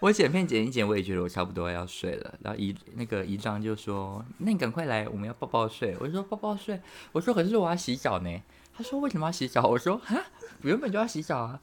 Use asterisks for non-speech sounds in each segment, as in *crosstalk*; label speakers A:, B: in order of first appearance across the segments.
A: 我剪片剪一剪，我也觉得我差不多要睡了。然后姨那个姨丈就说：“那你赶快来，我们要抱抱睡。”我就说：“抱抱睡。”我说：“可是我要洗澡呢。”他说：“为什么要洗澡？”我说：“哈，原本就要洗澡啊。”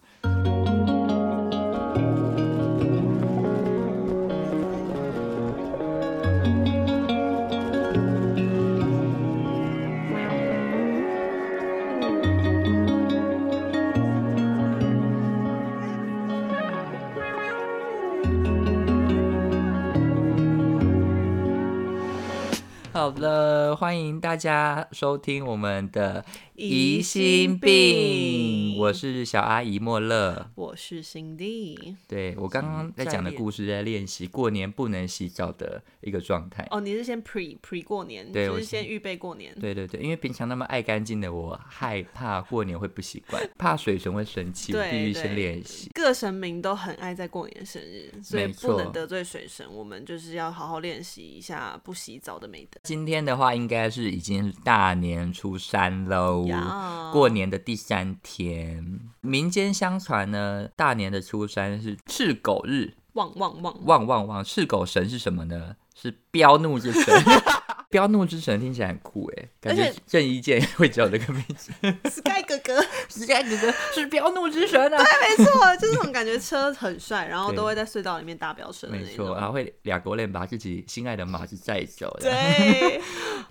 A: 好了，欢迎大家收听我们的
B: 疑心病
A: 我是小阿姨莫乐。
B: 我是辛迪。
A: 对我刚刚在讲的故事，在练习过年不能洗澡的一个状态。
B: 哦，你是先 pre pre 过年，
A: 对
B: 就
A: 我
B: 是
A: 先
B: 先预备过年。
A: 对对对，因为平常那么爱干净的我，害怕过年会不习惯，怕水神会生气，我
B: 对
A: 必须
B: 对
A: 先练习。
B: 各神明都很爱在过年生日，所以
A: 没
B: 不
A: 错
B: 能得罪水神。我们就是要好好练习一下不洗澡的美德。
A: 今天的话，应该是已经大年初三喽。
B: 呀
A: 过年的第三天，民间相传呢，大年的初三是赤狗日，
B: 旺旺旺！
A: 旺旺旺！赤狗神是什么呢？是彪怒之神。 *laughs* 彪怒之神听起来很酷哎，感
B: 而
A: 觉
B: 且
A: 郑伊健 *laughs* 会叫这个名字。 *laughs*
B: ，Sky 哥哥， *laughs*
A: 是这样子的，是彪怒之神啊！
B: 没错，就是那种感觉车很帅，然后
A: 对
B: 都会在隧道里面大飙车的
A: 没
B: 那
A: 错，啊
B: 种。
A: 然后会两国人把自己心爱的马子载走的。
B: 对，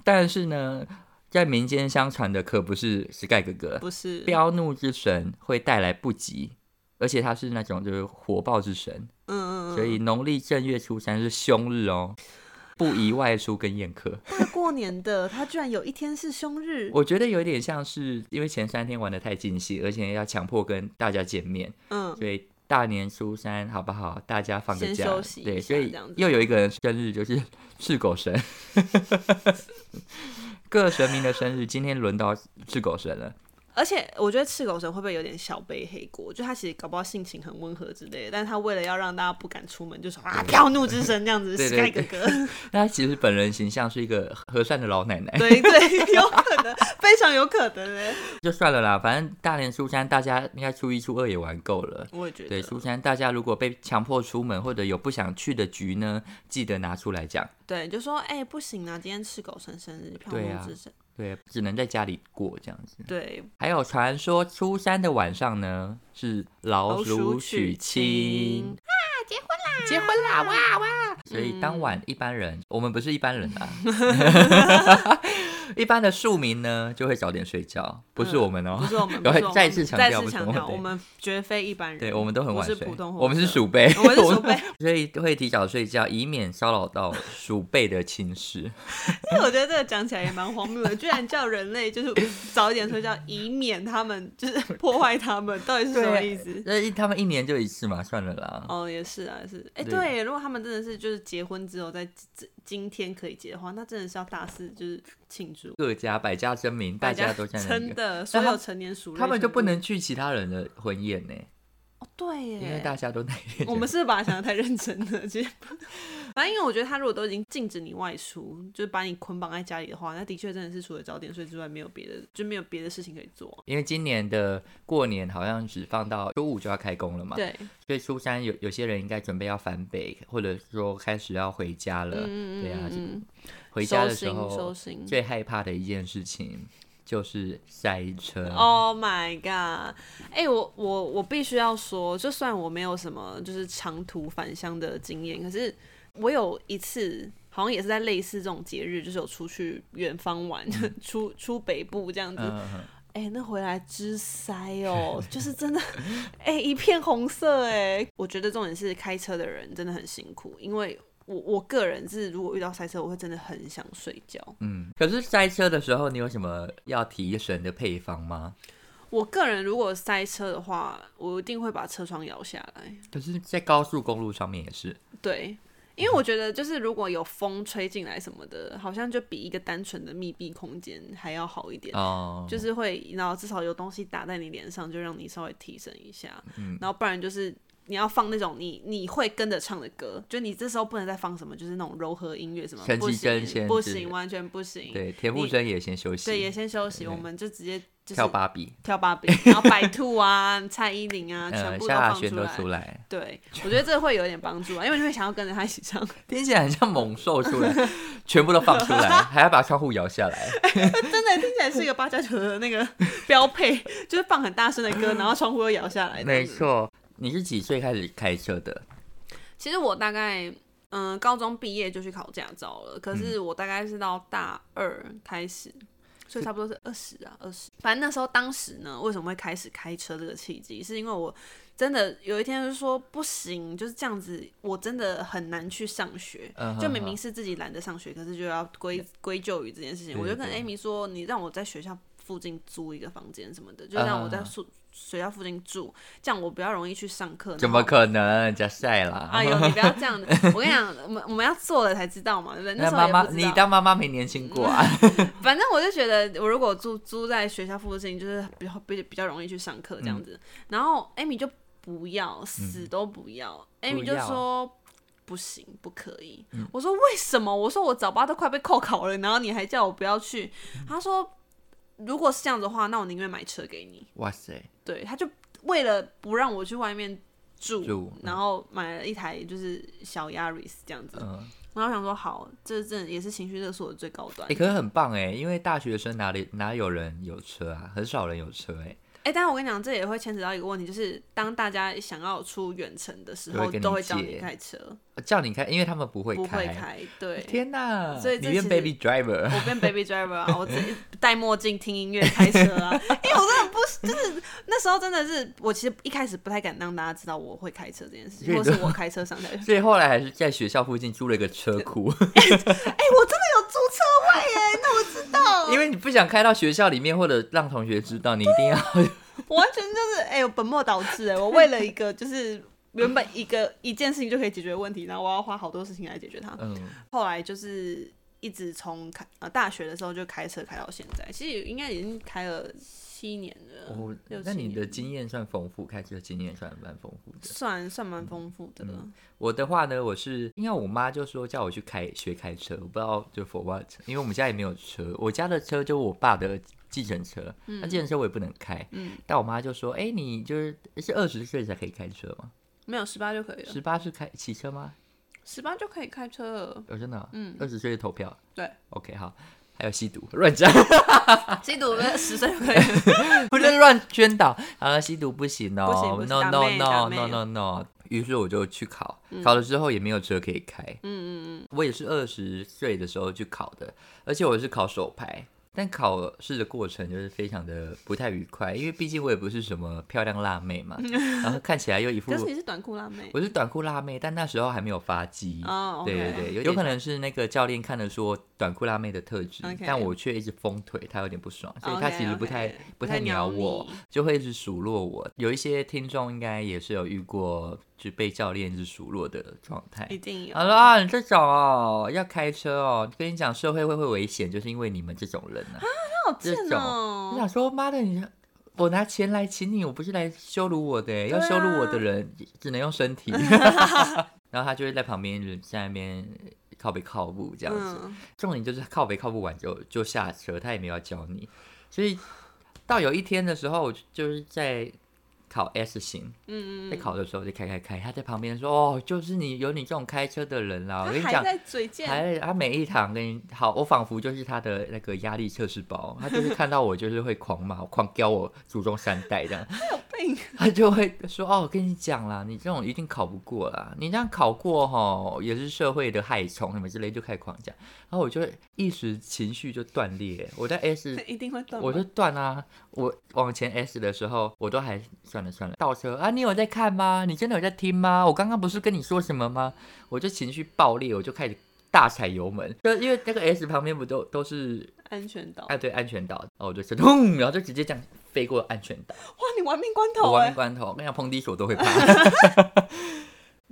A: 但是呢，在民间相传的可不是 Sky 哥哥，
B: 不是，
A: 彪怒之神会带来不吉，而且他是那种就是火爆之神，
B: 嗯嗯
A: 所
B: 嗯。
A: 以农历正月初三是凶日哦，不宜外出跟宴客。
B: 大过年的，他居然有一天是凶日，
A: 我觉得有点像是因为前三天玩的太尽兴，而且要强迫跟大家见面，
B: 嗯，
A: 所以大年初三好不好？大家放个
B: 先
A: 假，
B: 休息一
A: 对，
B: 下
A: 所以
B: 这样子
A: 又有一个人生日就是赤狗神，各神明的生日，今天轮到赤狗神了。
B: 而且我觉得赤狗神会不会有点小背黑锅？就他其实搞不好性情很温和之类的，但他为了要让大家不敢出门，就说啊飘怒之神这样
A: *laughs*
B: 子
A: 对对
B: ，Sky
A: 对
B: 哥哥， *laughs*
A: 那他其实本人形象是一个和善的老奶奶，
B: 对对，有可能，非常有可能嘞。
A: 就算了啦，反正大年初三大家应该初一初二也玩够了。
B: 我也觉
A: 对，
B: 得，
A: 初三大家如果被强迫出门或者有不想去的局呢，记得拿出来讲。
B: 对，就说哎、不行啊，今天赤狗神生日，飘
A: 对啊
B: 怒之神，
A: 对，只能在家里过这样子。
B: 对，
A: 还有传说，初三的晚上呢是老鼠娶亲，结婚啦，哇
B: 嗯
A: 哇！所以当晚一般人，我们不是一般人啊，
B: *laughs*
A: 一般的庶民呢就会早点睡觉，不是我们哦
B: 嗯不，是
A: *laughs*
B: 我们，
A: 然后
B: 不是我们
A: 再次强调
B: 再次强
A: 不
B: 调，
A: 是我们对
B: 我们绝非一般人，
A: 对我们都很晚
B: 不
A: 睡
B: 是普通，活
A: 我们是
B: 着
A: 鼠辈，
B: 我们是鼠辈
A: *laughs* 所以会提早睡觉，以免骚扰到鼠辈的亲事。
B: 因哎为我觉得这个讲起来也蛮荒谬的，居然叫人类就是早一点睡觉，以免他们就是 *laughs* 破坏他们，到底是什么意思？
A: 那一他们一年就一次嘛，算了啦。
B: 哦，也是啊，也是，哎、
A: 对
B: 对，如果他们真的是就是结婚之后在今今天可以结的话，那真的是要大肆就是庆祝，
A: 各家百家争鸣，大家都在那
B: 真
A: 里。
B: 的所
A: 他
B: 有
A: 们
B: 成年熟人，
A: 他们就不能去其他人的婚宴呢、
B: 哦，对耶，
A: 因为大家都在。
B: 我们是不是把它想的太认真了，其实，反正因为我觉得他如果都已经禁止你外出，就是把你捆绑在家里的话，那的确真的是除了早点睡之外，没有别的，就没有别的事情可以做啊、
A: *laughs* 因为今年的过年好像只放到周五就要开工了嘛，
B: 对，
A: 所以初三有有些人应该准备要返北，或者说开始要回家了。
B: 嗯嗯
A: 对啊，
B: 嗯嗯，
A: 回家的
B: 收
A: 时
B: 心收
A: 候
B: 心。
A: 最害怕的一件事情就是塞车。
B: Oh my god！哎、我我我必须要说，就算我没有什么就是长途返乡的经验，可是我有一次好像也是在类似这种节日，就是有出去远方玩， *laughs* 出出北部这样子。
A: 嗯，嗯
B: 哎、那回来之塞
A: *laughs*
B: 哦，就是真的，哎、一片红色哎。我觉得重点是开车的人真的很辛苦，因为我我个人是如果遇到塞车，我会真的很想睡觉。
A: 嗯。可是塞车的时候，你有什么要提神的配方吗？
B: 我个人如果塞车的话，我一定会把车窗摇下来。
A: 可是，在高速公路上面也是。
B: 对，因为我觉得就是如果有风吹进来什么的，好像就比一个单纯的密闭空间还要好一点。
A: 哦，
B: 就是会，然后至少有东西打在你脸上，就让你稍微提神一下。
A: 嗯
B: 然后不然就是你要放那种你你会跟着唱的歌，就你这时候不能再放什么，就是那种柔和音乐什么
A: 陈，绮
B: 不
A: 贞先
B: 行，不
A: 之类
B: 行，完全不行。
A: 对，田馥甄也先休息。
B: 对，也先休息，
A: 对
B: 我们就直接就是
A: 跳芭比，
B: 跳芭比，然后白兔啊、 *laughs* 蔡依林啊，全
A: 呃，
B: 部都
A: 萧亚
B: 放
A: 轩都
B: 出
A: 出
B: 来。
A: 来，
B: 对，我觉得这会有点帮助啊，因为就会想要跟着他一起唱。
A: 听起来很像猛兽出 *laughs* 来，全部都放 *laughs* 出来，还要把窗户摇下来。
B: 真的听起来是一个八加九的那个标配，就是放很大声的歌，然后窗户又摇下来。
A: 没。错，你是几岁开始开车的？
B: 其实我大概嗯、高中毕业就去考驾照了，可是我大概是到大二开始。所以差不多是二十啊，二十。反正那时候，当时呢，为什么会开始开车这个契机，是因为我真的有一天就说不行，就是这样子，我真的很难去上学。
A: *laughs* 嗯
B: 就
A: 哼
B: 明
A: 哼
B: 明是自己懒得上学，可是就要归归咎于这件事情。
A: 对
B: 我就跟
A: 对
B: Amy 说，你让我在学校附近租一个房间什么的，就
A: 嗯
B: 让我
A: 嗯
B: 在
A: 嗯
B: 宿学校附近住，这样我比较容易去上课。
A: 怎
B: 然
A: 么
B: 后
A: 可能？加晒啦！
B: 哎呦，你不要这样子！ *laughs* 我跟你讲，我们我们要做了才知道嘛，对不对？那
A: 那
B: 时候
A: 妈
B: 也
A: 哎妈，
B: 不知
A: 你
B: 道。
A: 当妈妈没年轻过啊？
B: 反正我就觉得，我如果住租在学校附近，就是比较比比较容易去上课这样子。然后 Amy 就不要，死都不要。Amy
A: 嗯不
B: 就
A: 要嗯
B: 说不行，不可以。我说为什么？我说我早八都快被扣考了，然后你还叫我不要去。
A: 嗯
B: 他说如果是这样子的话，那我宁愿买车给你。
A: *laughs* 哇塞，
B: 对，他就为了不让我去外面住，
A: 住嗯
B: 然后买了一台就是小 Yaris 这样子。
A: 嗯，
B: 然后我想说，好，这真的也是情绪勒索的最高端。
A: 哎，可是很棒哎，因为大学生哪里哪有人有车啊？很少人有车哎，
B: 哎、但是我跟你讲，这也会牵扯到一个问题，就是当大家想要出远程的时
A: 都
B: 候
A: 会，跟你
B: 都会叫
A: 借
B: 你开车，
A: 叫你开，因为他们不会
B: 不会
A: 开。
B: 开。对，
A: 天哪，
B: 所以
A: 你
B: 这
A: 变
B: 其实
A: baby driver，
B: 我变 baby driver 啊，我自己戴墨镜听音乐开车啊，因为我真的不是，就是那时候真的是，我其实一开始不太敢让大家知道我会开车这件事情，
A: 所以
B: 或
A: 你
B: 是
A: 都
B: 我开车上哎下学。
A: 所以后来还是在学校附近租了一个车
B: *laughs*
A: 库，
B: 哎、我真的有租车位耶，那我知道，
A: 因为你不想开到学校里面，或者让同学知道，你一定要
B: 我完全就是哎、我本末倒置哎，我为了一个就是原本一个一件事情就可以解决的问题，然后我要花好多事情来解决它。
A: 嗯，
B: 后来就是一直从开呃大学的时候就开车开到现在，其实应该已经开了七年了，
A: 哦
B: 六，
A: 那
B: 七
A: 你的
B: 年
A: 经验算丰富，开车经验算蛮丰富的。
B: 算算蛮丰富
A: 嗯
B: 的了。
A: 我的话呢，我是因为我妈就说叫我去开学开车，我不知道就 for what，因为我们家也没有车，我家的车就我爸的计程车，那计程车我也不能开，
B: 嗯
A: 但我妈就说，哎、你就是是二十岁才可以开车吗？
B: 没有十八就可以了，
A: 十八是开骑车吗？
B: 十八就可以开车了。
A: 哦，真的、
B: 嗯
A: 二十岁就投票
B: 对，
A: ，OK 好。还有吸毒， *laughs* 乱讲，啊
B: 吸毒
A: *laughs*
B: 十岁就可以了。
A: 不是乱宣导。好了，吸毒不行
B: 不行
A: 哦
B: 不行
A: ，no
B: 打
A: no
B: 妹打
A: no
B: 妹嗯
A: no no no。于是我就去考，考了之后也没有车可以开，
B: 嗯嗯嗯，
A: 我也是二十岁的时候去考的，而且我是考手牌，但考试的过程就是非常的不太愉快，因为毕竟我也不是什么漂亮辣妹
B: *laughs*
A: 嘛，然后看起来又一副
B: 可是你是短裤辣妹
A: 我是短裤辣妹，但那时候还没有发肌。
B: 哦，
A: 对对
B: *laughs*
A: 对，有有可能是那个教练看得出我短裤辣妹的特质
B: OK
A: 但我却一直封腿，他有点不爽，所以他其实不太
B: OK，OK，
A: 不太鸟
B: 不
A: 我
B: 太鸟你，
A: 就会一直数落我。有一些听众应该也是有遇过，就被教练一直数落的状态，
B: 一定有
A: 好了，啊，你这种哦，要开车哦，跟你讲，社会会会危险，就是因为你们这种人呢、啊。
B: 好贱
A: 这种我
B: 哦。
A: 想说，妈的，你我拿钱来请你，我不是来羞辱我的、
B: 啊
A: 要羞辱我的人只能用身体。然后他就会在旁边一直在那边靠背靠步这样子，
B: 嗯，
A: 重点就是靠背靠步完就就下车，他也没有要教你。所以到有一天的时候，我就是在考 S 型，
B: 嗯嗯
A: 在考的时候就开开开，他在旁边说：“哦，就是你有你这种开车的人啦。”我跟
B: 嗯，
A: 你
B: 他
A: 讲
B: 还，在嘴贱，
A: 还他每一堂跟你好，我仿佛就是他的那个压力测试包，他就是看到我就是会狂骂、狂飙我祖宗三代这样，
B: 有病。
A: 他就会说：“哦，我跟你讲啦，你这种一定考不过啦，你这样考过吼也是社会的害虫什么之类，就开始狂讲。”然后我就会一时情绪就断裂，我在 S
B: 一定会断
A: 嗯
B: 吧。
A: 我就断啊！我往前 S 的时候，我都还算了算了，倒车啊！你有在看吗？你真的有在听吗？我刚刚不是跟你说什么吗？我就情绪爆裂，我就开始大踩油门，就因为那个 S 旁边不都都是
B: 安全岛。
A: 啊对安全岛，然后我就轰，然后就直接这样飞过安全岛。
B: 哇，你玩命关
A: 我
B: 头
A: 玩
B: 哎
A: 命！关头，我跟你讲，碰地球都会怕。 *laughs*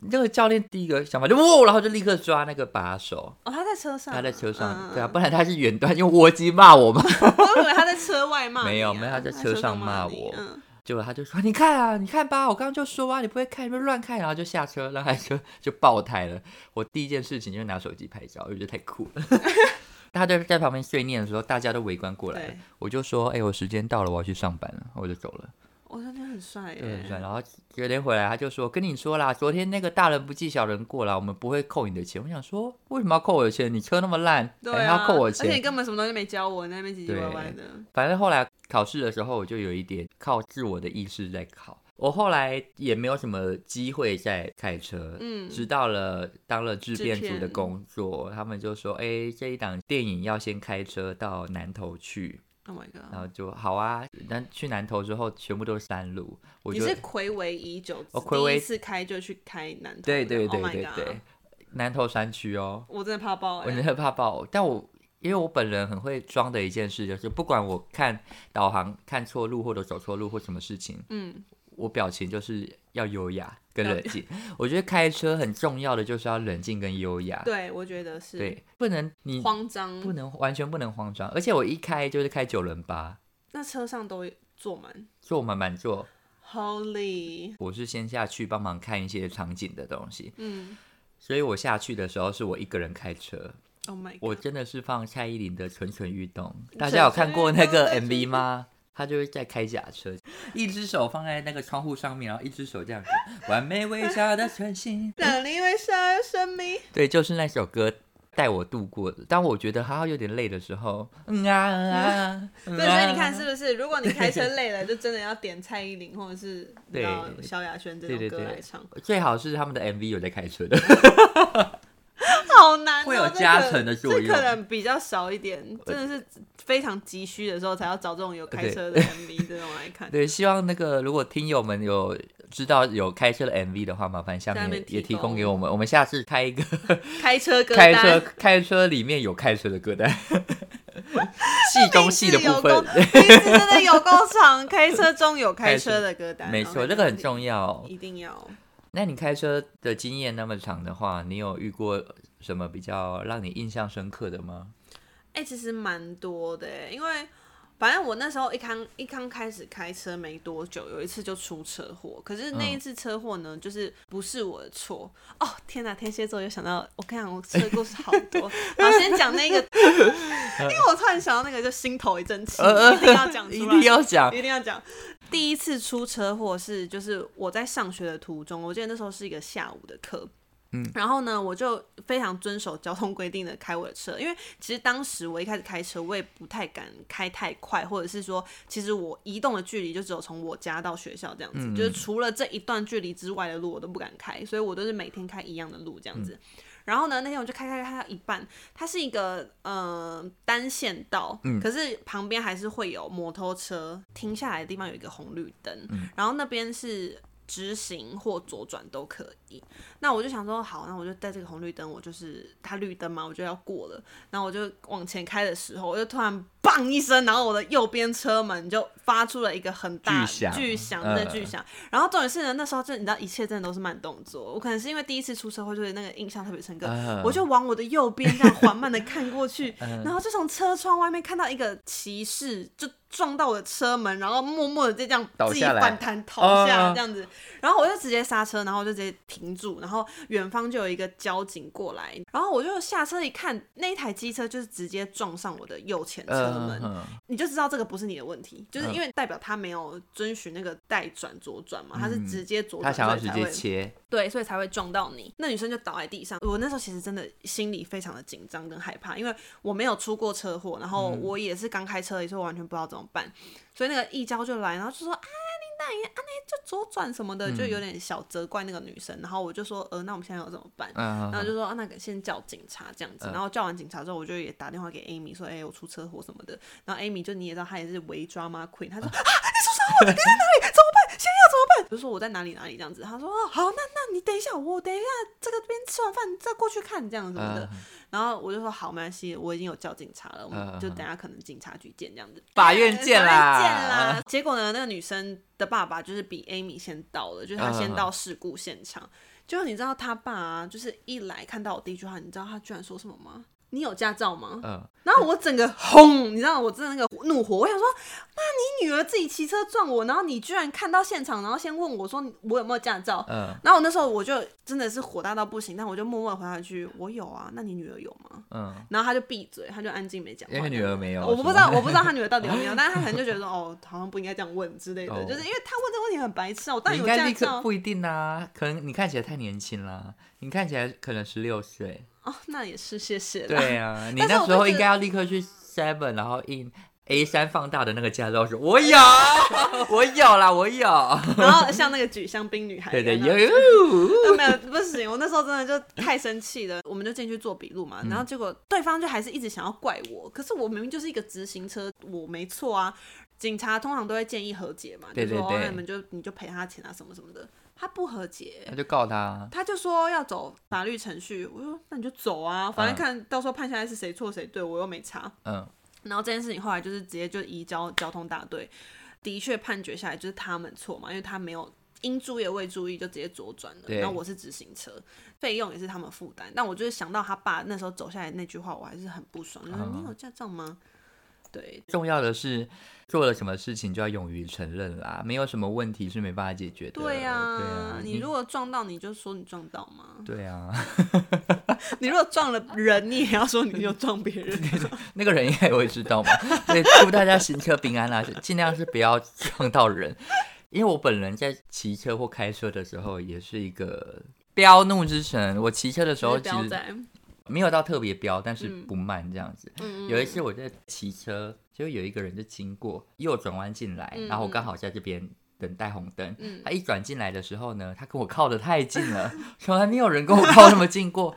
A: 那个教练第一个想法就哇，然后就立刻抓那个把手，
B: 哦，他在车上，
A: 他在车上，
B: 嗯
A: 对啊，
B: 嗯
A: 不然他是远端用窝机骂我嘛。
B: *laughs* 我以为他在车外骂你啊，
A: 没有没有他在车上骂
B: 你
A: 我
B: 嗯，
A: 结果他就说：“你看啊，你看吧，我刚刚就说啊，你不会看，你不会乱看。”然后就下车，让他车就爆胎了。我第一件事情就是拿手机拍照，我觉得太酷了。 *laughs* 他就在旁边碎念的时候，大家都围观过来了
B: 对。，
A: 我就说：“哎、我时间到了，我要去上班了。”我就走了，
B: 我觉得很帅
A: 对，很
B: 耶，
A: 帅。然后隔天回来，他就说：“跟你说啦，昨天那个大人不计小人过啦，我们不会扣你的钱。”我想说，为什么要扣我的钱？你车那么烂，
B: 对
A: 还
B: 啊，
A: 哎要扣我
B: 而且你
A: 钱？
B: 根本什么东西没教我，你在那边唧唧歪歪的，
A: 反正后来考试的时候，我就有一点靠自我的意识在考。我后来也没有什么机会再开车，
B: 嗯，
A: 直到了当了制
B: 制
A: 片组
B: 片
A: 的工作，他们就说：“哎、这一档电影要先开车到南头去。
B: Oh my ”
A: 然
B: god！
A: 后就好啊，但去南头之后全部都是山路，我
B: 你
A: 就是
B: 暌违已久，
A: 哦暌违
B: 第一次开就去开南投，
A: 对对对
B: Oh my
A: 对
B: god
A: 对，南头山区哦，
B: 我真的怕爆
A: 我
B: 哎、
A: 真的怕爆。但我因为我本人很会装的一件事，就是不管我看导航看错路或者走错路或什么事情，
B: 嗯，
A: 我表情就是要优雅跟
B: 要
A: 冷静。我觉得开车很重要的就是要冷静跟优雅，
B: 对，我觉得是，
A: 对，不能你
B: 慌张，
A: 不能完全不能慌张，而且我一开就是开九轮八，
B: 那车上都坐满
A: 坐满满座，
B: ，Holy，
A: 我是先下去帮忙看一些场景的东西，
B: 嗯
A: 所以我下去的时候是我一个人开车，
B: ，Oh my god，
A: 我真的是放蔡依林的《蠢蠢欲动》，
B: *laughs* 蠢
A: 大家有看过那个
B: 蠢欲动
A: MV 吗？他就是在开假车，一只手放在那个窗户上面，然后一只手这样子，完美微笑的唇形，
B: 让你微笑的生命，
A: *laughs* 对，就是那首歌带我度过的。当我觉得他有点累的时候，嗯啊嗯啊，嗯啊
B: 对，所以你看是不是？如果你开车累了，就真的要点蔡依林或者是你知道
A: 对
B: 萧亚轩这
A: 对对
B: 种歌
A: 对
B: 来唱，
A: 最好是他们的 MV 有在开车的， *laughs*
B: 好难哦、
A: 会有
B: 这
A: 加
B: 可
A: 成的作用
B: 这可能比较少一点，真的是非常急需的时候才要找这种有开
A: 对
B: 车
A: *laughs*
B: 的 MV 这种来看。
A: 对，希望那个如果听友们有知道有开车的 MV 的话，麻烦下
B: 下
A: 面
B: 面提
A: 也提供
B: 供
A: 给我们，我们下次开一个
B: 开车歌
A: 开
B: 单，
A: 车开车里面有开车的歌单，戏中戏的部分， *laughs*
B: 名字有够名字真的有够长，开车中有开车的歌单，
A: 没错，
B: OK，
A: 这个很
B: 没
A: 重
B: 问题，
A: 要。
B: 一定要。
A: 那你开车的经验那么长的话，你有遇过什么比较让你印象深刻的吗？
B: 哎、其实蛮多的欸，因为反正我那时候一刚一刚开始开车没多久，有一次就出车祸。可是那一
A: 嗯
B: 次车祸呢，就是不是我的错。哦，天哪！天蝎座又想到，我跟你讲，我车故事好多。好，先讲那个， *laughs* 因为我突然想到那个，就心头一阵气，
A: 呃
B: 一定要讲出来，
A: 一定要讲，
B: 一定要讲。第一次出车祸是，就是我在上学的途中，我记得那时候是一个下午的课。
A: 嗯，
B: 然后呢，我就非常遵守交通规定的开我的车，因为其实当时我一开始开车，我也不太敢开太快，或者是说，其实我移动的距离就只有从我家到学校这样子，
A: 嗯
B: 就是除了这一段距离之外的路我都不敢开，所以我都是每天开一样的路这样子。
A: 嗯
B: 然后呢，那天我就开开开开到一半，它是一个呃单线道，
A: 嗯
B: 可是旁边还是会有摩托车停下来的地方有一个红绿灯，
A: 嗯
B: 然后那边是直行或左转都可以。那我就想说，好，那我就在这个红绿灯，我就是它绿灯嘛，我就要过了。然后我就往前开的时候，我就突然砰一声，然后我的右边车门就发出了一个很大
A: 巨响
B: 巨响的
A: 呃
B: 巨响。然后重点是呢，那时候就你知道，一切真的都是慢动作。我可能是因为第一次出车祸，就是那个印象特别深刻，
A: 啊
B: 嗯我就往我的右边这样缓慢的看过
A: *laughs*
B: 去，
A: 嗯
B: 然后就从车窗外面看到一个骑士就撞到我的车门，然后默默的就这样
A: 倒
B: 自己
A: 下来
B: 反弹逃下
A: 啊
B: 来这样子，然后我就直接刹车，然后我就直接停住，然后远方就有一个交警过来，然后我就下车一看，那一台机车就是直接撞上我的右前车门，
A: 嗯嗯
B: 你就知道这个不是你的问题，就是
A: 嗯
B: 因为代表他没有遵循那个带转左转嘛，他是
A: 嗯
B: 直接左
A: 他想
B: 转，
A: 要
B: 所
A: 直
B: 以才
A: 接
B: 会
A: 切，
B: 对，所以才会撞到你。那女生就倒在地上。我那时候其实真的心里非常的紧张跟害怕，因为我没有出过车祸，然后我也是刚开车而已，所以我完全不知道怎么办。所以那个义交就来，然后就说啊，你大爷啊，你就左转什么的，就有点小责怪那个女生。然后我就说，呃，那我们现在要怎么办？
A: 嗯，
B: 然后就说、啊、那个先叫警察这样子，然后叫完警察之后，我就也打电话给 Amy 说，哎、我出车祸什么的。然后 Amy 就你也知道，她也是伪 drama queen，她说、
A: 嗯
B: 啊，你出车祸，你在哪里？怎么办？现在要怎么办？就说我在哪里哪里这样子。她说哦，好，那那你等一下，我等一下这个边吃完饭你再过去看这样什么的。
A: 嗯
B: 然后我就说好，没关系，我已经有叫警察了，我
A: 嗯嗯
B: 们就
A: 嗯
B: 等一下可能警察局见这样子。
A: 法院见啦嗯
B: 法院见啦。结果呢，那个女生的爸爸就是比 Amy 先到了，
A: 嗯
B: 就是他先到事故现场。就你知道他爸啊，就是一来看到我第一句话，你知道他居然说什么吗？你有驾照吗？ *laughs*
A: 嗯，
B: 然后我整个轰，你知道我真的那个怒火，我想说，那你女儿自己骑车撞我，然后你居然看到现场，然后先问我说我有没有驾照，
A: 嗯
B: 然后我那时候我就真的是火大到不行，但我就默默地回他一句，我有啊，那你女儿有吗？
A: 嗯，
B: 然后他就闭嘴，他就安静没讲话。
A: 因为女儿没有
B: 我不知
A: 是吗
B: 道，我不知道他女儿到底有没
A: *laughs*
B: 有，但是他可能就觉得说，哦，好像不应该这样问之类的，
A: 哦
B: 就是因为他问这个问题很白痴啊，我当
A: 你
B: 然
A: 应该
B: 有驾
A: 立刻
B: 照
A: 不一定啊，可能你看起来太年轻啦，你看起来可能十六岁，
B: 哦，那也是谢谢啦。
A: 对
B: *laughs*
A: 啊，你
B: 但是
A: 那
B: 我
A: 时
B: 就
A: 候
B: 觉
A: 应该要立刻去 Seven，然后印 A 三放大的那个驾照说，我
B: *laughs*
A: 有，我有啦，我有，
B: 然后像那个举香槟女孩一
A: 对
B: 样，
A: 对
B: 然后
A: 有，有
B: 都没有，不行，我那时候真的就太生气了，我们就进去做笔录嘛，
A: 嗯
B: 然后结果对方就还是一直想要怪我，可是我明明就是一个直行车，我没错啊。警察通常都会建议和解嘛，
A: 对
B: 就
A: 对
B: 说
A: 对
B: 哦那你们就你就赔他钱啊什么什么的，他不和解，
A: 那就告他，
B: 他就说要走法律程序，我说那你就走啊，反正看到时候判下来是谁错谁对，我又没查。
A: 嗯
B: 然后这件事情后来就是直接就移交交通大队，的确判决下来就是他们错嘛，因为他没有因注意而未注意就直接左转了。
A: 对
B: 然后我是直行车，费用也是他们负担。但我就是想到他爸那时候走下来那句话，我还是很不爽，就是、
A: 嗯
B: 你有驾照吗？对，
A: 重要的是做了什么事情就要勇于承认啦，没有什么问题是没办法解决的。
B: 对呀、
A: 对啊，
B: 你如果撞到，你就说你撞到吗？ *laughs*
A: 对啊， *laughs*
B: 你如果撞了人，你也要说你有撞别人。
A: 那个人应该也会知道
B: *laughs*
A: 嘛。所以祝大家行车平安啦，尽量是不要撞到人。因为我本人在骑车或开车的时候，也是一个飙怒之神。我骑车的时
B: 就
A: 候
B: 是不
A: 其
B: 要
A: 实
B: 在，
A: 没有到特别飙，但是
B: 嗯
A: 不慢这样子。
B: 嗯
A: 有一次我在骑车，就有一个人就经过，右转弯进来，
B: 嗯
A: 然后我
B: 嗯
A: 刚好在这边等待红灯。
B: 嗯
A: 他一转进来的时候呢，他跟我靠得太近了， *laughs* 从来没有人跟我靠那么近过。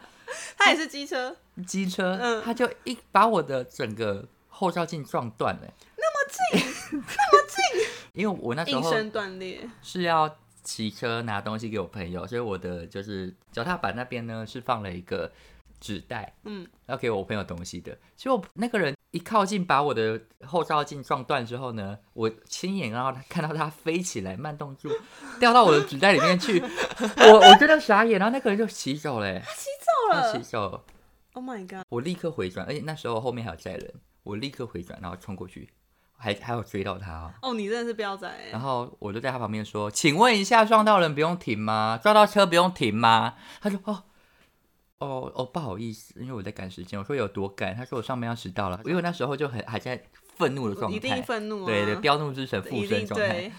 B: 他也是机车，
A: 机车，
B: 嗯
A: 他就一把我的整个后照镜撞断了、那么近， *laughs* 那么近。因为我那时
B: 应
A: 候
B: 声断裂。
A: 是要骑车拿东西给我朋友，所以我的就是脚踏板那边呢是放了一个纸袋，
B: 嗯，
A: 要给我朋友东西的。结果那个人一靠近，把我的后照镜撞断之后呢，我亲眼让他看到它飞起来，慢动作掉到我的纸袋里面去，我我真的傻眼。然后那个人就骑走了、欸，
B: 到
A: 他骑
B: 了
A: 走了。
B: ，Oh my god！
A: 我立刻回转，而且那时候后面还有载人，我立刻回转，然后冲过去，还还有追到他、哦。
B: 哦，你真的是彪仔欸，
A: 然后我就在他旁边说：“请问一下，撞到人不用停吗？撞到车不用停吗？”他说：“哦，哦哦，不好意思，因为我在赶时间。”我说：“有多赶？”他说：“我上班要迟到了。”因为我那时候就很还在愤怒的状
B: 一定
A: 态，
B: 愤怒啊！
A: 对对，飙怒之神附
B: 一
A: 身
B: 定
A: 状态。
B: 对，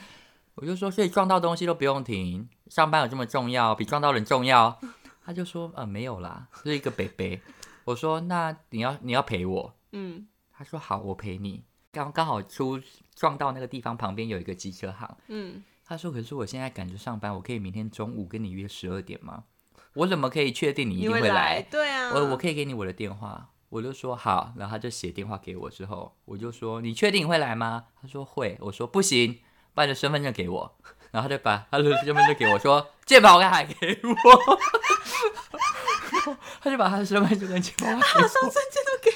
A: 我就说，所以撞到东西都不用停，上班有这么重要，比撞到人重要。他就说，呃，没有啦，是一个北北。我说，那你要你要陪我？
B: 嗯
A: 他说好，我陪你。刚刚好出撞到那个地方旁边有一个机车行，
B: 嗯，
A: 他说，可是我现在赶着上班，我可以明天中午跟你约十二点吗？我怎么可以确定你一
B: 你
A: 定
B: 会
A: 会
B: 来，
A: 来？
B: 对啊，
A: 我我可以给你我的电话。我就说好，然后他就写电话给我之后，我就说你确定你会来吗？他说会，我说不行，把你的身份证给我， *laughs* 然后他就把他的身份证给我说健保卡给我， *laughs* 他就把他的身份证跟健保卡给我，
B: 上证件都
A: *laughs*
B: 给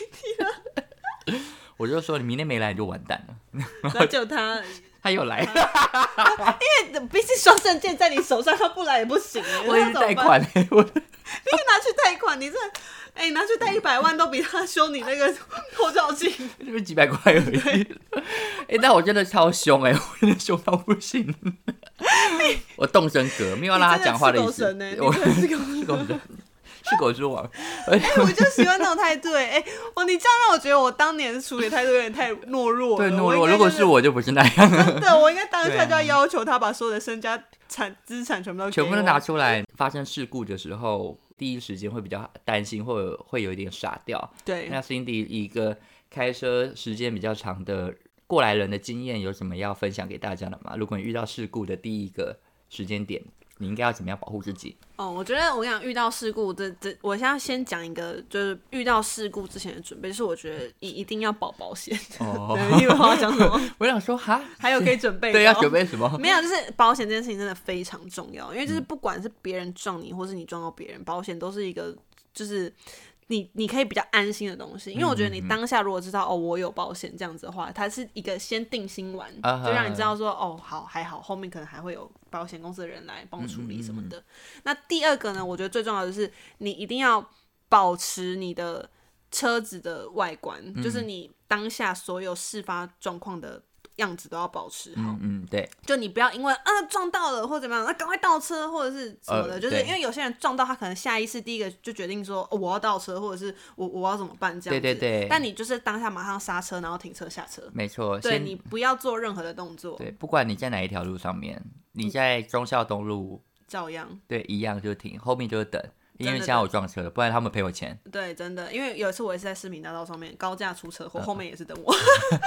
A: 我就说你明天没来你就完蛋了。
B: 你，然后就他，
A: 他又来，
B: 毕竟双证件在你手上，他不来也不行欸，
A: 我也
B: *laughs* 那
A: 是
B: 怎么
A: 贷
B: 办，
A: 款，我
B: 你可以拿去贷款，你这，哎，你拿去贷一百万都比他修你那个后照镜，
A: 就是几百块而已。 *laughs* 哎、但我真的超凶哎、我真的凶到不
B: *laughs*
A: 行，我动身格，没有要让他
B: 你真的
A: 讲话的
B: 是
A: 意
B: 狗
A: 思
B: 神欸。
A: 我
B: 你真的是狗
A: 是狗神，是狗之王。而且
B: 哎，我就喜欢这种态度，哎，我你这样让我觉得我当年处理态度有点太懦弱了，
A: 对懦弱，
B: 应该
A: 如果
B: 就是
A: 我就不是那样，
B: *laughs* 对，我应该当
A: 对
B: 下
A: 啊
B: 就要要求他把所有的身家产资产全部都给
A: 全部都
B: 我
A: 拿出来。发生事故的时候，第一时间会比较担心，或者会有一点傻掉。
B: 对，
A: 那 Cindy 以一个开车时间比较长的过来人的经验，有什么要分享给大家的吗？如果你遇到事故的第一个时间点，你应该要怎么样保护自己？
B: 哦，我觉得我想遇到事故这这，我现在先讲一个，就是遇到事故之前的准备，就是我觉得一一定要保保险。
A: 哦
B: *laughs* 对，你以为我要讲什么？
A: 我想说哈，
B: 还有可以准备
A: *laughs*
B: 哦
A: 对要
B: 到
A: 准备什
B: *laughs*
A: 么？
B: 没有，就是保险这件事情真的非常重要，因为就是不管是别人撞你，或是你撞到别人，保险都是一个就是。你你可以比较安心的东西，因为我
A: 嗯
B: 觉得你当下如果知道、哦，我有保险这样子的话，它是一个先定心丸
A: 啊哈
B: 就让你知道说哦，好还好，后面可能还会有保险公司的人来帮我处理
A: 嗯
B: 什么的。那第二个呢，我觉得最重要的是你一定要保持你的车子的外观，就是
A: 嗯
B: 你当下所有事发状况的样子都要保持好。
A: 嗯嗯，对，
B: 就你不要因为啊撞到了或者怎么样，啊赶快倒车或者是什么的，
A: 呃
B: 就是
A: 对
B: 因为有些人撞到他可能下意识第一个就决定说、哦我要倒车或者是我我要怎么办这样子。
A: 对对对
B: 但你就是当下马上刹车，然后停车下车。
A: 没错。
B: 对
A: 先
B: 你不要做任何的动作，
A: 对，不管你在哪一条路上面，你在忠孝东路，
B: 照样
A: 对，一样就停，后面就是等，因
B: 真
A: 为
B: 的
A: 现在我撞车了，不然他们赔我钱。
B: 对，真的，因为有一次我也是在市民大道上面高架出车
A: 嗯
B: 祸，后面也是等我，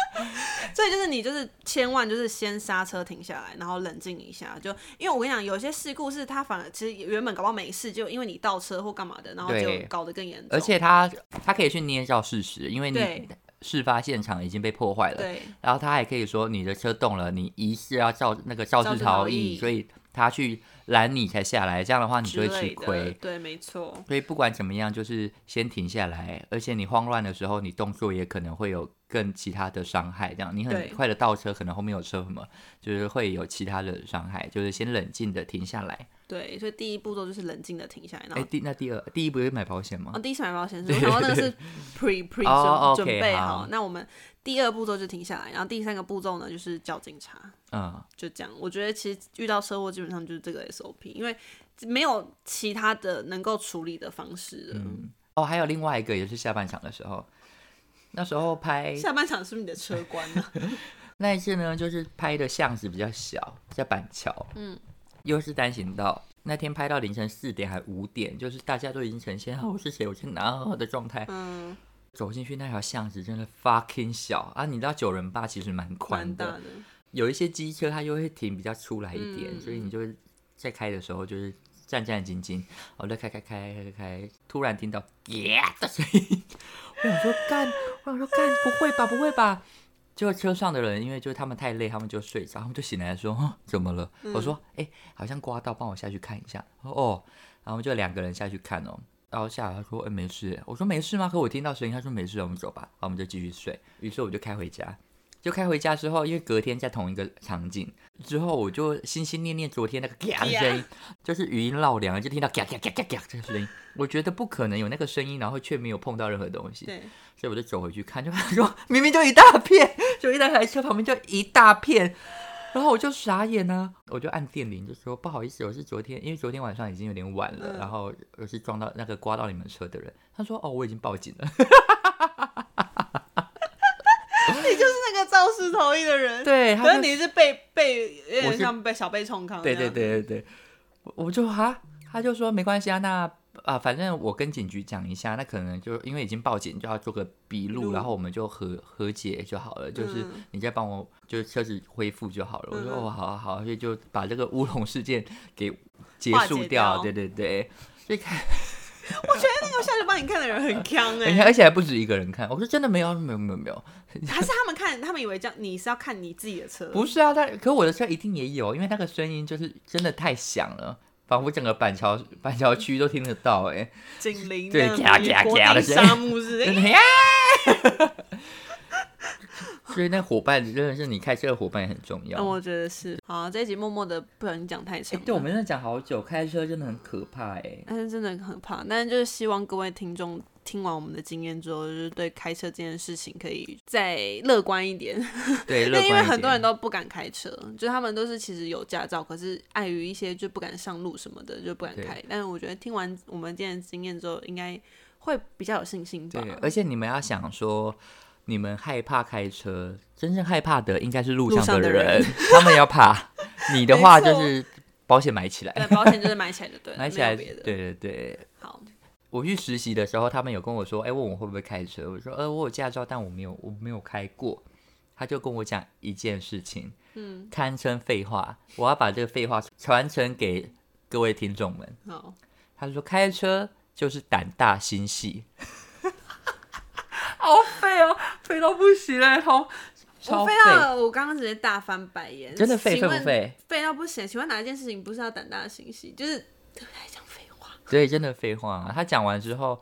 B: *laughs* 所以就是你就是千万就是先刹车停下来，然后冷静一下，就因为我跟你讲，有些事故是它反而其实原本搞不好没事，就因为你倒车或干嘛的，然后就
A: 对
B: 搞得更严重，
A: 而且他他可以去捏造事实，因为你
B: 对
A: 事发现场已经被破坏了，
B: 对
A: 然后他还可以说你的车动了，你疑似要肇那个肇
B: 肇
A: 事
B: 事
A: 逃
B: 逃
A: 逸，
B: 逸
A: 所以他去拦你才下来，这样的话你
B: 之
A: 就会吃
B: 类的，
A: 亏。
B: 对，没错，
A: 所以不管怎么样，就是先停下来，而且你慌乱的时候，你动作也可能会有更其他的伤害。这样你很
B: 对
A: 快的倒车，可能后面有车什么，就是会有其他的伤害。就是先冷静的停下来。
B: 对，所以第一步骤就是冷静的停下来，然
A: 哎，
B: 后。
A: 第那第二第一不是买保险吗
B: 哦，？第一次买保
A: *laughs*
B: 险是，然后那个是 pre pre
A: 哦
B: 准准
A: OK，
B: 备
A: 好
B: 好。那我们第二步骤就停下来，然后第三个步骤呢就是叫警察。
A: 嗯，
B: 就这样。我觉得其实遇到车祸基本上就是这个 SOP，因为没有其他的能够处理的方式了。
A: 哦，还有另外一个也是下半场的时候，那时候拍
B: 下半场是不是你的车关
A: *laughs*
B: 啊？
A: 那一次呢，就是拍的巷子比较小，在板桥，嗯，又是单行道。那天拍到凌晨四点还五点，就是大家都已经呈现啊我是谁，我是哪儿的状态。
B: 嗯，
A: 走进去那条巷子真的 fucking 小啊！你知道九人坝其实蛮宽
B: 蛮大
A: 的，
B: 的。
A: 有一些机车它就会停比较出来一点，
B: 嗯
A: 所以你就会在开的时候就是战战兢兢，我在开开开开开开，突然听到“呀”的声音，我想说干，我想说干，不会吧，不会吧！结果车上的人，因为就是他们太累，他们就睡着，他们就醒来说：“哦怎么了？”我说：“哎、好像刮到，帮我下去看一下。”哦哦，然后就两个人下去看哦。然后下来他说：“哎、没事。”我说：“没事吗？”可我听到声音，他说：“没事，我们走吧。”然后我们就继续睡。于是我就开回家。就开回家之后，因为隔天在同一个场景之后，我就心心念念昨天那个嘎的声音，就是语音绕梁，就听到嘎嘎嘎嘎嘎这个声音。我觉得不可能有那个声音，然后却没有碰到任何东西，
B: 对，
A: 所以我就走回去看，就发现说明明就一大片，就一大台车旁边就一大片。然后我就傻眼啊，我就按电铃，就说不好意思，我是昨天，因为昨天晚上已经有点晚了，
B: 嗯
A: 然后我是撞到那个刮到你们车的人。他说哦，我已经报警了。
B: 你就是那个肇事逃逸的人。，
A: 对，他
B: 可
A: 就是
B: 你是被被有
A: 我
B: 点
A: 是
B: 像被小被冲康。
A: 对对。对对对，我我就哈，他就说没关系啊，那啊、反正我跟警局讲一下，那可能就因为已经报警，就要做个笔录，
B: 录
A: 然后我们就和和解就好了，就是
B: 嗯
A: 你再帮我就是车子恢复就好了。我说
B: 嗯嗯
A: 哦，好啊好啊，所以就把这个乌龙事件给结
B: 化
A: 束
B: 解掉
A: 对对对。所以看，
B: 我觉得那个下去帮你看的人
A: *laughs*
B: 很强
A: 而
B: 哎、
A: 且而且还不止一个人看，我说真的没有没有没有没有，
B: 还是他们看，他们以为这样你是要看你自己的车。
A: 不是啊，但可我的车一定也有，因为那个声音就是真的太响了，仿佛整个板桥板桥区都听得到哎、
B: 警铃
A: 对
B: 那样
A: 嘎
B: 子
A: 嘎
B: 啊国
A: 嘎的
B: 定
A: 声音
B: 沙
A: *laughs*
B: 漠是
A: 真
B: 哎
A: 的呀。 *laughs* 所以那伙伴真的是你开车的伙伴也很重要。
B: 嗯我觉得是。好，这一集默默的不小心讲太
A: 哎
B: 长、了。
A: 对我们真的讲好久，开车真的很可怕哎、
B: 但是真的很怕，但是就是希望各位听众听完我们的经验之后，就是对开车这件事情可以再乐观一点。
A: 对，
B: 因
A: 乐观
B: 为 *laughs* 因为很
A: 一点
B: 多人都不敢开车，就他们都是其实有驾照，可是碍于一些就不敢上路什么的，就不敢
A: 对
B: 开。但是我觉得听完我们今天的经验之后，应该会比较有信心吧。
A: 对，而且你们要想说，你们害怕开车，真正害怕的应该是路上
B: 路上
A: 人，
B: 的人
A: *laughs* 他们要怕。你的话就
B: 没错
A: 是保险买起来，
B: 对，保险就是买起来就对了，
A: 买起来。
B: 没
A: 对
B: 有别的。
A: 对对，
B: 好，
A: 我去实习的时候，他们有跟我说，哎、问我会不会开车，我说，呃，我有驾照，但我没有，我没有开过。他就跟我讲一件事情，
B: 嗯，
A: 堪称废话，我要把这个废话传承给各位听众们。
B: 好，
A: 他说，开车就是胆大心细， *laughs* 好废哦，废到不行哎，好，
B: 我
A: 超
B: 飞到了，我刚刚直接大翻白眼，
A: 真的废
B: 请
A: 废
B: 问
A: 不？废？
B: 废到不行，请问哪一件事情不是要胆大心细？就是对不对？讲废话。
A: 对，真的废话、他讲完之后，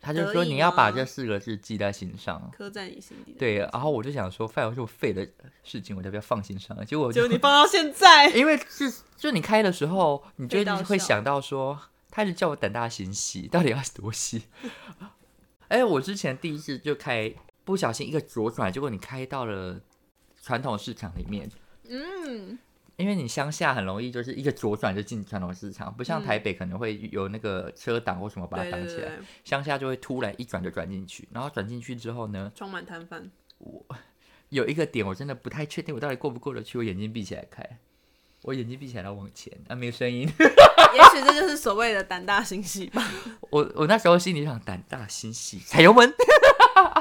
A: 他就
B: 得
A: 说
B: 意
A: 你要把
B: 吗
A: 这四个字记在心上。
B: 刻在你心底的。，
A: 对，然后我就想说，犯了这么废的事情，我要不要放心上？结果我
B: 结
A: 就
B: 果你放到现
A: *laughs*
B: 在，
A: 因为是就你开的时候，你就
B: 被
A: 一直
B: 盗
A: 会
B: 笑
A: 想到说，他一直叫我胆大心细，到底要多细？ *laughs* 哎、我之前第一次就开，不小心一个左转，结果你开到了传统市场里面。
B: 嗯，
A: 因为你乡下很容易就是一个左转就进传统市场，不像
B: 嗯
A: 台北可能会有那个车挡或什么把它
B: 对对
A: 挡
B: 对
A: 起来，
B: 对，
A: 乡下就会突然一转就转进去，然后转进去之后呢，
B: 充满摊贩。
A: 有一个点我真的不太确定我到底过不过得去，我眼睛闭起来开，我眼睛闭起来然后往前，啊没有声音， *laughs*
B: 也许这就是所谓的胆大心细吧。 *laughs*
A: 我我那时候心里想胆大心细，踩油门， *laughs*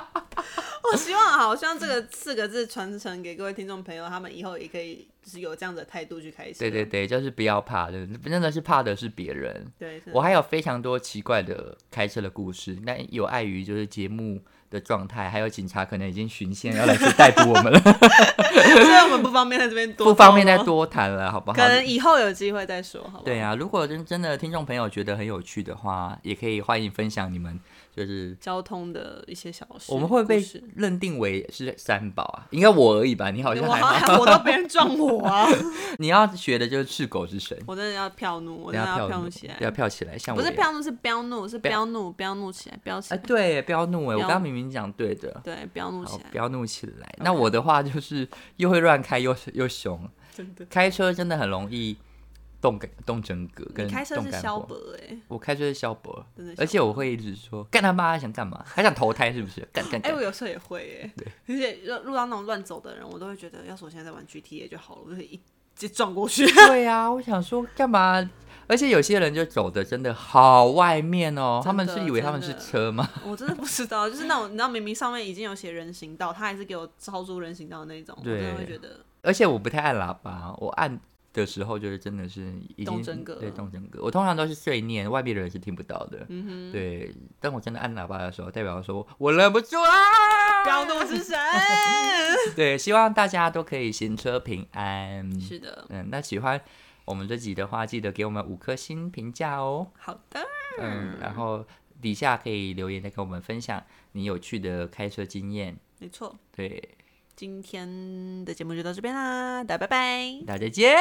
B: 我希望啊，我希望这个四个字传承给各位听众朋友，他们以后也可以就是有这样的态度去开始。
A: 对对对，就是不要怕，真的真的是怕的是别人。
B: 对，真的
A: 我还有非常多奇怪的开车的故事，那有碍于就是节目的状态，还有警察可能已经巡线要来去逮捕我们
B: *laughs*
A: 了，
B: 所以我们不方便在这边多
A: 不方便再
B: 透
A: 多谈了，好不
B: 露，
A: 好？
B: 可能以后有机会再说，好不好？
A: 对啊，如果真真的听众朋友觉得很有趣的话，也可以欢迎分享你们就是。
B: 交通的一些小事，
A: 我们会被
B: 故事
A: 认定为是三宝啊，应该我而已吧？你好像
B: 我
A: 还好，
B: 我都别人撞我啊！
A: *laughs* 你要学的就是治狗之神，
B: 我真的要票怒，我
A: 不
B: 真的
A: 要
B: 票
A: 飘
B: 怒起来。
A: 要飘起来，像我
B: 不是
A: 一样
B: 票怒，是飙怒，是
A: 飙
B: 飙怒，飙怒起来，飙起
A: 哎，
B: 来，
A: 对，不要怒哎，我
B: 不要
A: 刚刚明明讲对的，
B: 对，飙怒
A: 好
B: 起，来
A: 不，要怒起来。那我的话就是又会乱开，又 *laughs* 又凶，
B: 真的。
A: 开车真的很容易动感动真格，跟
B: 你开车
A: 动
B: 是
A: 肝
B: 肖
A: 火
B: 博哎，
A: 我开车是消博，
B: 真的肖
A: 而且我会一直说干他妈，他想干嘛？他想投胎是不是？干干
B: 哎、
A: 干！
B: 我有时候也会哎、而且路路上那种乱走的人，我都会觉得，要是我现在在玩 GTA 就好了，我就会一直撞过去。 *laughs*
A: *laughs* 对啊，我想说干嘛？而且有些人就走的真的好外面哦，他
B: 真的
A: 们是以为他们是
B: 真的
A: 车吗？ *laughs*
B: 我真的不知道，就是那种你知道，明明上面已经有写人行道，他还是给我超出人行道那种，我真的
A: 对
B: 会觉得
A: 而且我不太按喇叭，我按的时候就是真的是已经
B: 动真格
A: 对动真格。我通常都是碎念，外面的人是听不到的。嗯哼，对。但我真的按喇叭的时候，代表说我忍不住啦。
B: *laughs* *laughs* 飙怒
A: *laughs*
B: 之神。
A: 对，希望大家都可以行车平安。
B: 是的，
A: 嗯，那喜欢我们这集的话，记得给我们五颗星评价哦。
B: 好的，
A: 嗯，然后底下可以留言再跟我们分享你有趣的开车经验。
B: 没错，
A: 对，
B: 今天的节目就到这边啦，大家拜拜。
A: 大家见。